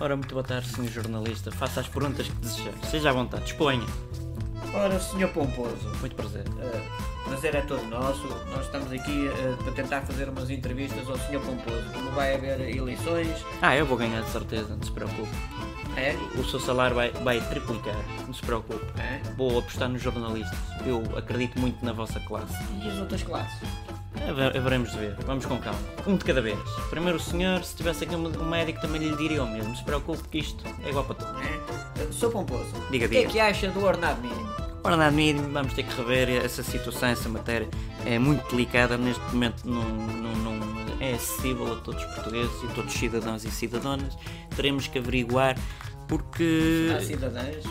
Ora, muito boa tarde, senhor jornalista. Faça as perguntas que desejar. Seja à vontade, exponha. Ora, senhor Pomposo, Muito prazer. eh, prazer é todo nosso. Nós estamos aqui eh, para tentar fazer umas entrevistas ao senhor Pomposo. Como vai haver eleições, Ah, eu vou ganhar de certeza, não se preocupe. é? O seu salário vai, vai triplicar, não se preocupe. é? Vou apostar nos jornalistas. Eu acredito muito na vossa classe. E as outras classes? Haver- Haveremos de ver, vamos com calma. Um de cada vez. Primeiro o senhor, se tivesse aqui um um médico, também lhe diria o mesmo. Não se preocupe que isto é igual para todos. É? Eh, Sr. Pomposo, Diga, o que é diga. que acha do ordenado mínimo? Ora, nada mínimo, vamos ter que rever essa situação, essa matéria é muito delicada, neste momento não, não, não é acessível a todos os portugueses e todos os cidadãos e cidadãs. Teremos que averiguar porque... Há cidadãs?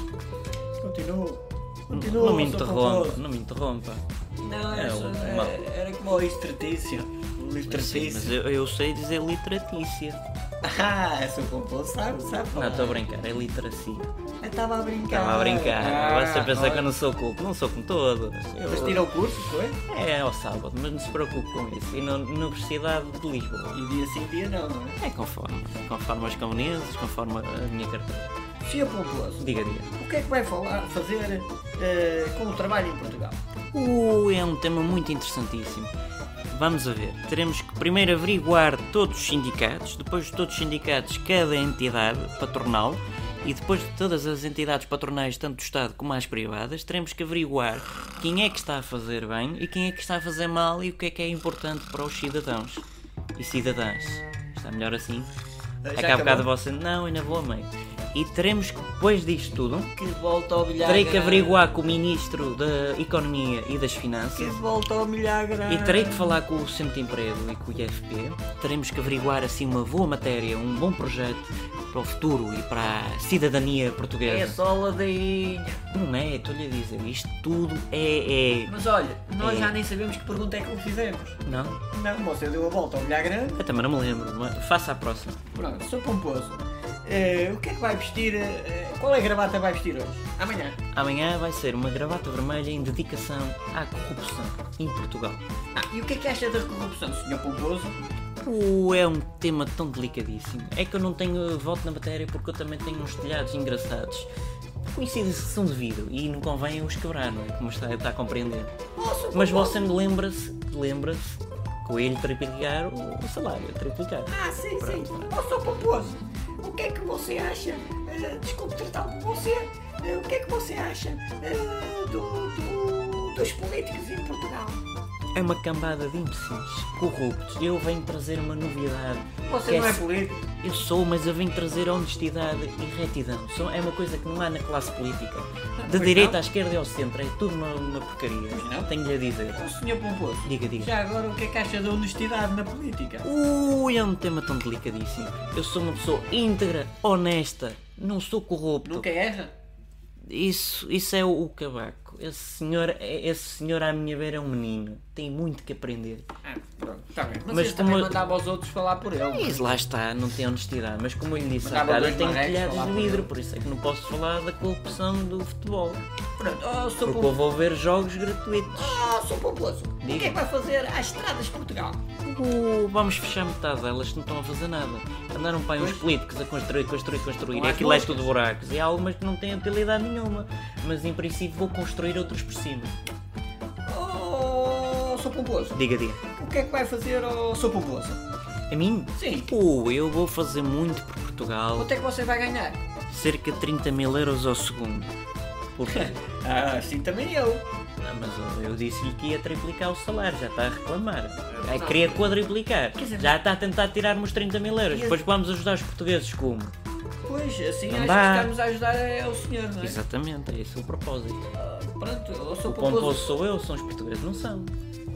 Continuo. Continua, Não me Sr. interrompa, Pomposo. não me interrompa. Não, É, era, o mal. era, era como o estratício. O Sim, mas é- estratício. eu, eu sei dizer literatícia. Ah, é Sr. Pomposo, sabe, sabe Não, falar. estou a brincar, é literacia. Eu estava a brincar. Estava a brincar, Ah, você pensa que eu olha. não sou culto, não sou como todos. Eu- Mas tira o curso, foi? É ao sábado, mas não se preocupe com isso. E na Universidade de Lisboa. E dia sim, dia não, não é? É conforme. Conforme as conveniências, conforme a minha carteira. Sr. Pomposo, Diga, diga. um o que é que vai falar, fazer eh, com o trabalho em Portugal? Uh, é um tema muito interessantíssimo. Vamos a ver. Teremos que primeiro averiguar todos os sindicatos, depois de todos os sindicatos, cada entidade patronal e depois de todas as entidades patronais, tanto do Estado como as privadas, teremos que averiguar quem é que está a fazer bem e quem é que está a fazer mal e o que é que é importante para os cidadãos e cidadãs. Está melhor assim? Eh, Já Acá a acabou? bocado você. Não, ainda vou a meio. E teremos que, depois disto tudo, Que volta ao milhar Terei que averiguar com o Ministro da Economia e das Finanças volta ao milhar e terei que falar com o Centro de Emprego e com o IFP. Teremos que averiguar assim uma boa matéria, um bom projeto para o futuro e para a cidadania É portuguesa. só ladainha. Não é, estou-lhe a dizer, isto tudo é. é... Mas olha, nós É. já nem sabemos que pergunta é que lhe fizemos. Não? Não, você deu a volta ao milhar grande. Eu também não me lembro, mas faça a próxima. Pronto, sou pomposo. Eh, o que é que vai vestir? eh, qual é a gravata que vai vestir hoje? Amanhã. Amanhã vai ser uma gravata vermelha em dedicação à corrupção em Portugal. Ah, e o que é que acha da corrupção, senhor pomposo? Uh, é um tema tão delicadíssimo. É que eu não tenho voto na matéria porque eu também tenho uns telhados engraçados. Coincidem-se que são de vidro e não convém os quebrar, não é? Como está, está a compreender. Nossa, Mas você me lembra-se, lembra-se, que eu ia lhe triplicar o, o salário, é triplicar. Ah, sim, sim. Pronto. Ó, Sr. Pomposo, o que é que você acha? eh, desculpe tratá-lo por você. eh, o que é que você acha eh, do- do- dos políticos em Portugal? É uma cambada de imbecis, corruptos. Eu venho trazer uma novidade. Você que não é se- político? Eu sou, mas eu venho trazer honestidade e retidão. Sou- é uma coisa que não há na classe política. De Pois direita não? à esquerda e ao centro, é tudo uma, uma porcaria. Pois não? Tenho-lhe a dizer. Ó, Sr. Pomposo, Diga, diga. já agora o que é que acha da honestidade na política? Ui, é um tema tão delicadíssimo. Eu sou uma pessoa íntegra, honesta, não sou corrupto. Nunca erra? Isso, isso é o, o cabaco. Esse senhor, é- esse senhor à minha beira é um menino. Tem muito que aprender. Ah, pronto, está bem. Mas, Mas ele também como- mandava aos outros falar por ele. não é? Isso lá está, não tem honestidade. Mas como eu lhe disse, há Mandava bocado, dois eu tenho marrecos telhados falar de com vidro, ele. por isso é que não posso falar da corrupção do futebol. Pronto, ó, Sr. Porque eu Pomposo. vou ver jogos gratuitos. Ó, Sr. Pomposo, o que é que Diga. vai fazer às estradas de Portugal? Uh, vamos fechar metade delas que não estão a fazer nada. Andaram para aí uns Pois. políticos a construir, construir, construir. Não há Aquilo é músicas. tudo buracos. E há algumas que não têm utilidade nenhuma. Mas em princípio vou construir outros por cima. Oh, Sr. Pomposo, Diga, diga. o que é que vai fazer ao Sr. Pomposo? A mim? Pô, Sim. Tipo, eu vou fazer muito por Portugal. Quanto é que você vai ganhar? Cerca de 30 mil euros ao segundo. Porque. Ah, sim, também eu. Ah, mas eu, eu disse-lhe que ia triplicar o salário, já está a reclamar. Ah, Não. queria quadriplicar. Quer dizer, Já está a tentar tirar-me os 30 mil euros. E- Depois vamos ajudar os portugueses como? Pois, assim Não acho dá. que estamos a ajudar é, o senhor, não é? Exatamente, é esse o propósito. Ah, pronto, eu sou O composto pomposo. sou eu, são os portugueses, não são.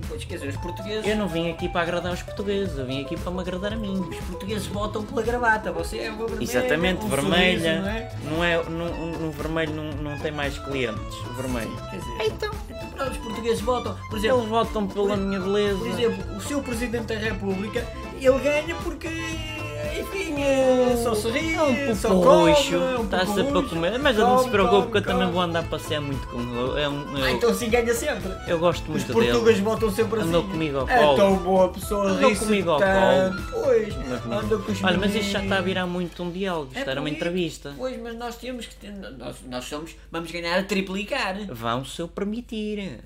Pois, quer dizer, os portugueses, Eu não vim aqui para agradar os portugueses, eu vim aqui para me agradar a mim. os portugueses votam pela gravata. Você é uma vermelha, Exatamente, um vermelha. sorriso, não é? não é? Não no, vermelho não, não tem mais clientes. O vermelho. Quer dizer, então, pronto, os portugueses votam. Por exemplo, Eles votam pela minha beleza. por exemplo, o seu Presidente da República, ele ganha porque eh, enfim, eh, só sorri, É um só pouco come, roxo, é um está pouco sempre a roxo. comer, mas eu não se Come, preocupe come, que eu também come. vou andar a passear muito com ele. É um, eu, Ah, então assim ganha sempre. eu gosto Os muito portugueses dele. botam sempre assim. Andou comigo ao É colo. tão boa pessoa, Andou ri-se comigo ao tanto. Pois, Andou comigo. anda com os Olha, mas isto já está a meninos. virar muito um diálogo, isto É era uma bonito. entrevista. Pois, mas nós temos que. ter- Nós, nós somos. Vamos ganhar a triplicar. Vão se eu permitir.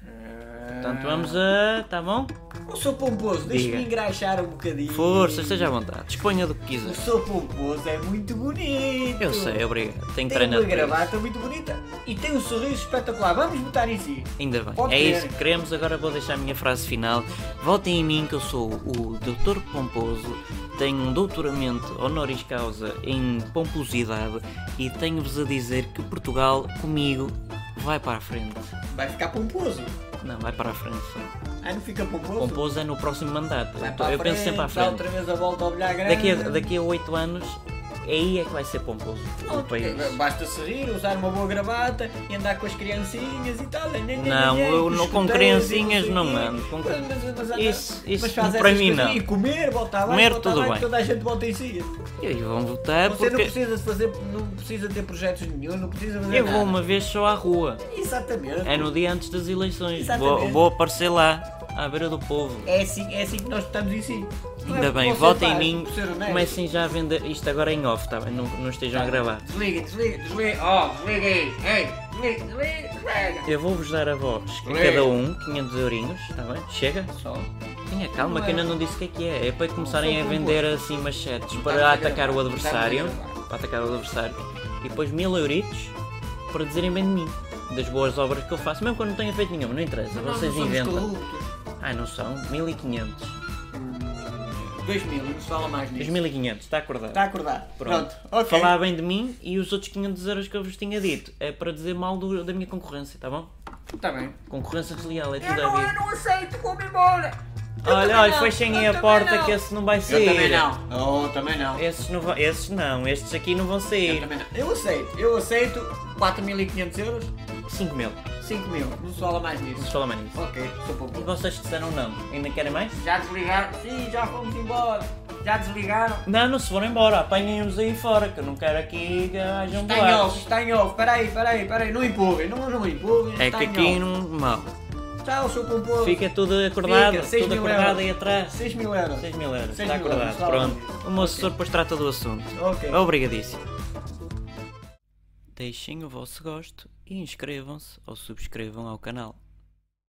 Portanto, Ah. vamos a. tá bom? O seu pomposo, Diga. deixa-me engraxar um bocadinho. Força, esteja à vontade, disponha do que O quiser. seu pomposo é muito bonito. Eu sei, obrigado. Tenho Tem uma treinado. para isso. gravata muito bonita e tem um sorriso espetacular. Vamos botar em si. Ainda bem. Pode é ser. isso que queremos. Agora vou deixar a minha frase final. Votem em mim, que eu sou o Dr. Pomposo. Tenho um doutoramento honoris causa em pomposidade e tenho-vos a dizer que Portugal, comigo, vai para a frente. Vai ficar pomposo. Não, vai para a frente. só. Ah, não fica pomposo? Pomposo é no próximo mandato. Vai Eu para a eu penso sempre à dá frente. outra vez a volta ao olhar grande. Daqui a, daqui a 8 anos, aí é que vai ser pomposo. O Pronto, país. Basta sorrir, usar uma boa gravata e andar com as criancinhas e tal. né, Não, eu não- com criancinhas não ando, com- Isso- isso para mim não. E comer, voltar lá, Comer, voltar tudo lá, bem. toda a gente volta em si. E aí vão votar Você não porque precisa de fazer, não precisa ter projetos nenhum, não precisa fazer eu nada. vou uma vez só à rua. Exatamente. É no dia antes das eleições. Vou, Exatamente. vou aparecer lá, à beira do povo. É assim, é assim que nós estamos em si. Não é Ainda porque bem, você votem em faz, mim. por ser honesto. Comecem já a vender isto agora em off, tá bem? Não, não estejam a gravar. Desliga, desliga, desliga. Ó, desliga aí. Ei, desliga, desliga, desliga. Eu vou-vos dar a voz a Lê. cada um, 500 eurinhos, está bem? Chega? Só. Tenha calma, que eu ainda não disse o que é que é. É para começarem a sou vender assim machetes estamos para a atacar o gravar, adversário. estamos a gravar. Para atacar o adversário. E depois mil euritos para dizerem bem de mim. Das boas obras que eu faço, mesmo quando não tenha feito nenhuma, não interessa, Nós não vocês somos inventam. corruptos. Ah, não são? 1500. 2000, não se fala mais nisso. 2500, está acordado? Está acordado. Pronto. Tá. Pronto. Ok. Falar bem de mim e os outros 500 euros que eu vos tinha dito é para dizer mal do- da minha concorrência, tá bom? Está bem. Concorrência desleal é Eu tudo a não, eu vida. não aceito, vou-me embora. Eu também Olha, olha, não, fechem eu a também porta não. que esse não vai Eu sair. também não. Eu também não. Esses não, vão- esses não, estes aqui não vão Eu sair. também não. Eu aceito. Eu aceito 4.500 euros, 5 mil, 5 mil. Não se fala mais não se nisso. fala mais nisso. Ok, sou E pouco. vocês disseram não, ainda querem mais? Já desligaram? Sim, já fomos embora. Já desligaram? Não, não se foram embora, apanhem-os aí fora, que eu não quero aqui que hajam Está em off, boatos. está em off. Peraí, peraí, peraí. Não empurrem, não, não empurrem. É está que em aqui off. não. mal. Tchau, sou composto. Fica tudo acordado, Fica, seis tudo mil acordado euros. aí atrás. 6 mil euros. 6 mil euros, Seis está mil euros, acordado. está Pronto. bem. O meu assessor depois trata do assunto. É Ok. Obrigadíssimo. Deixem o vosso gosto e inscrevam-se ou subscrevam ao canal.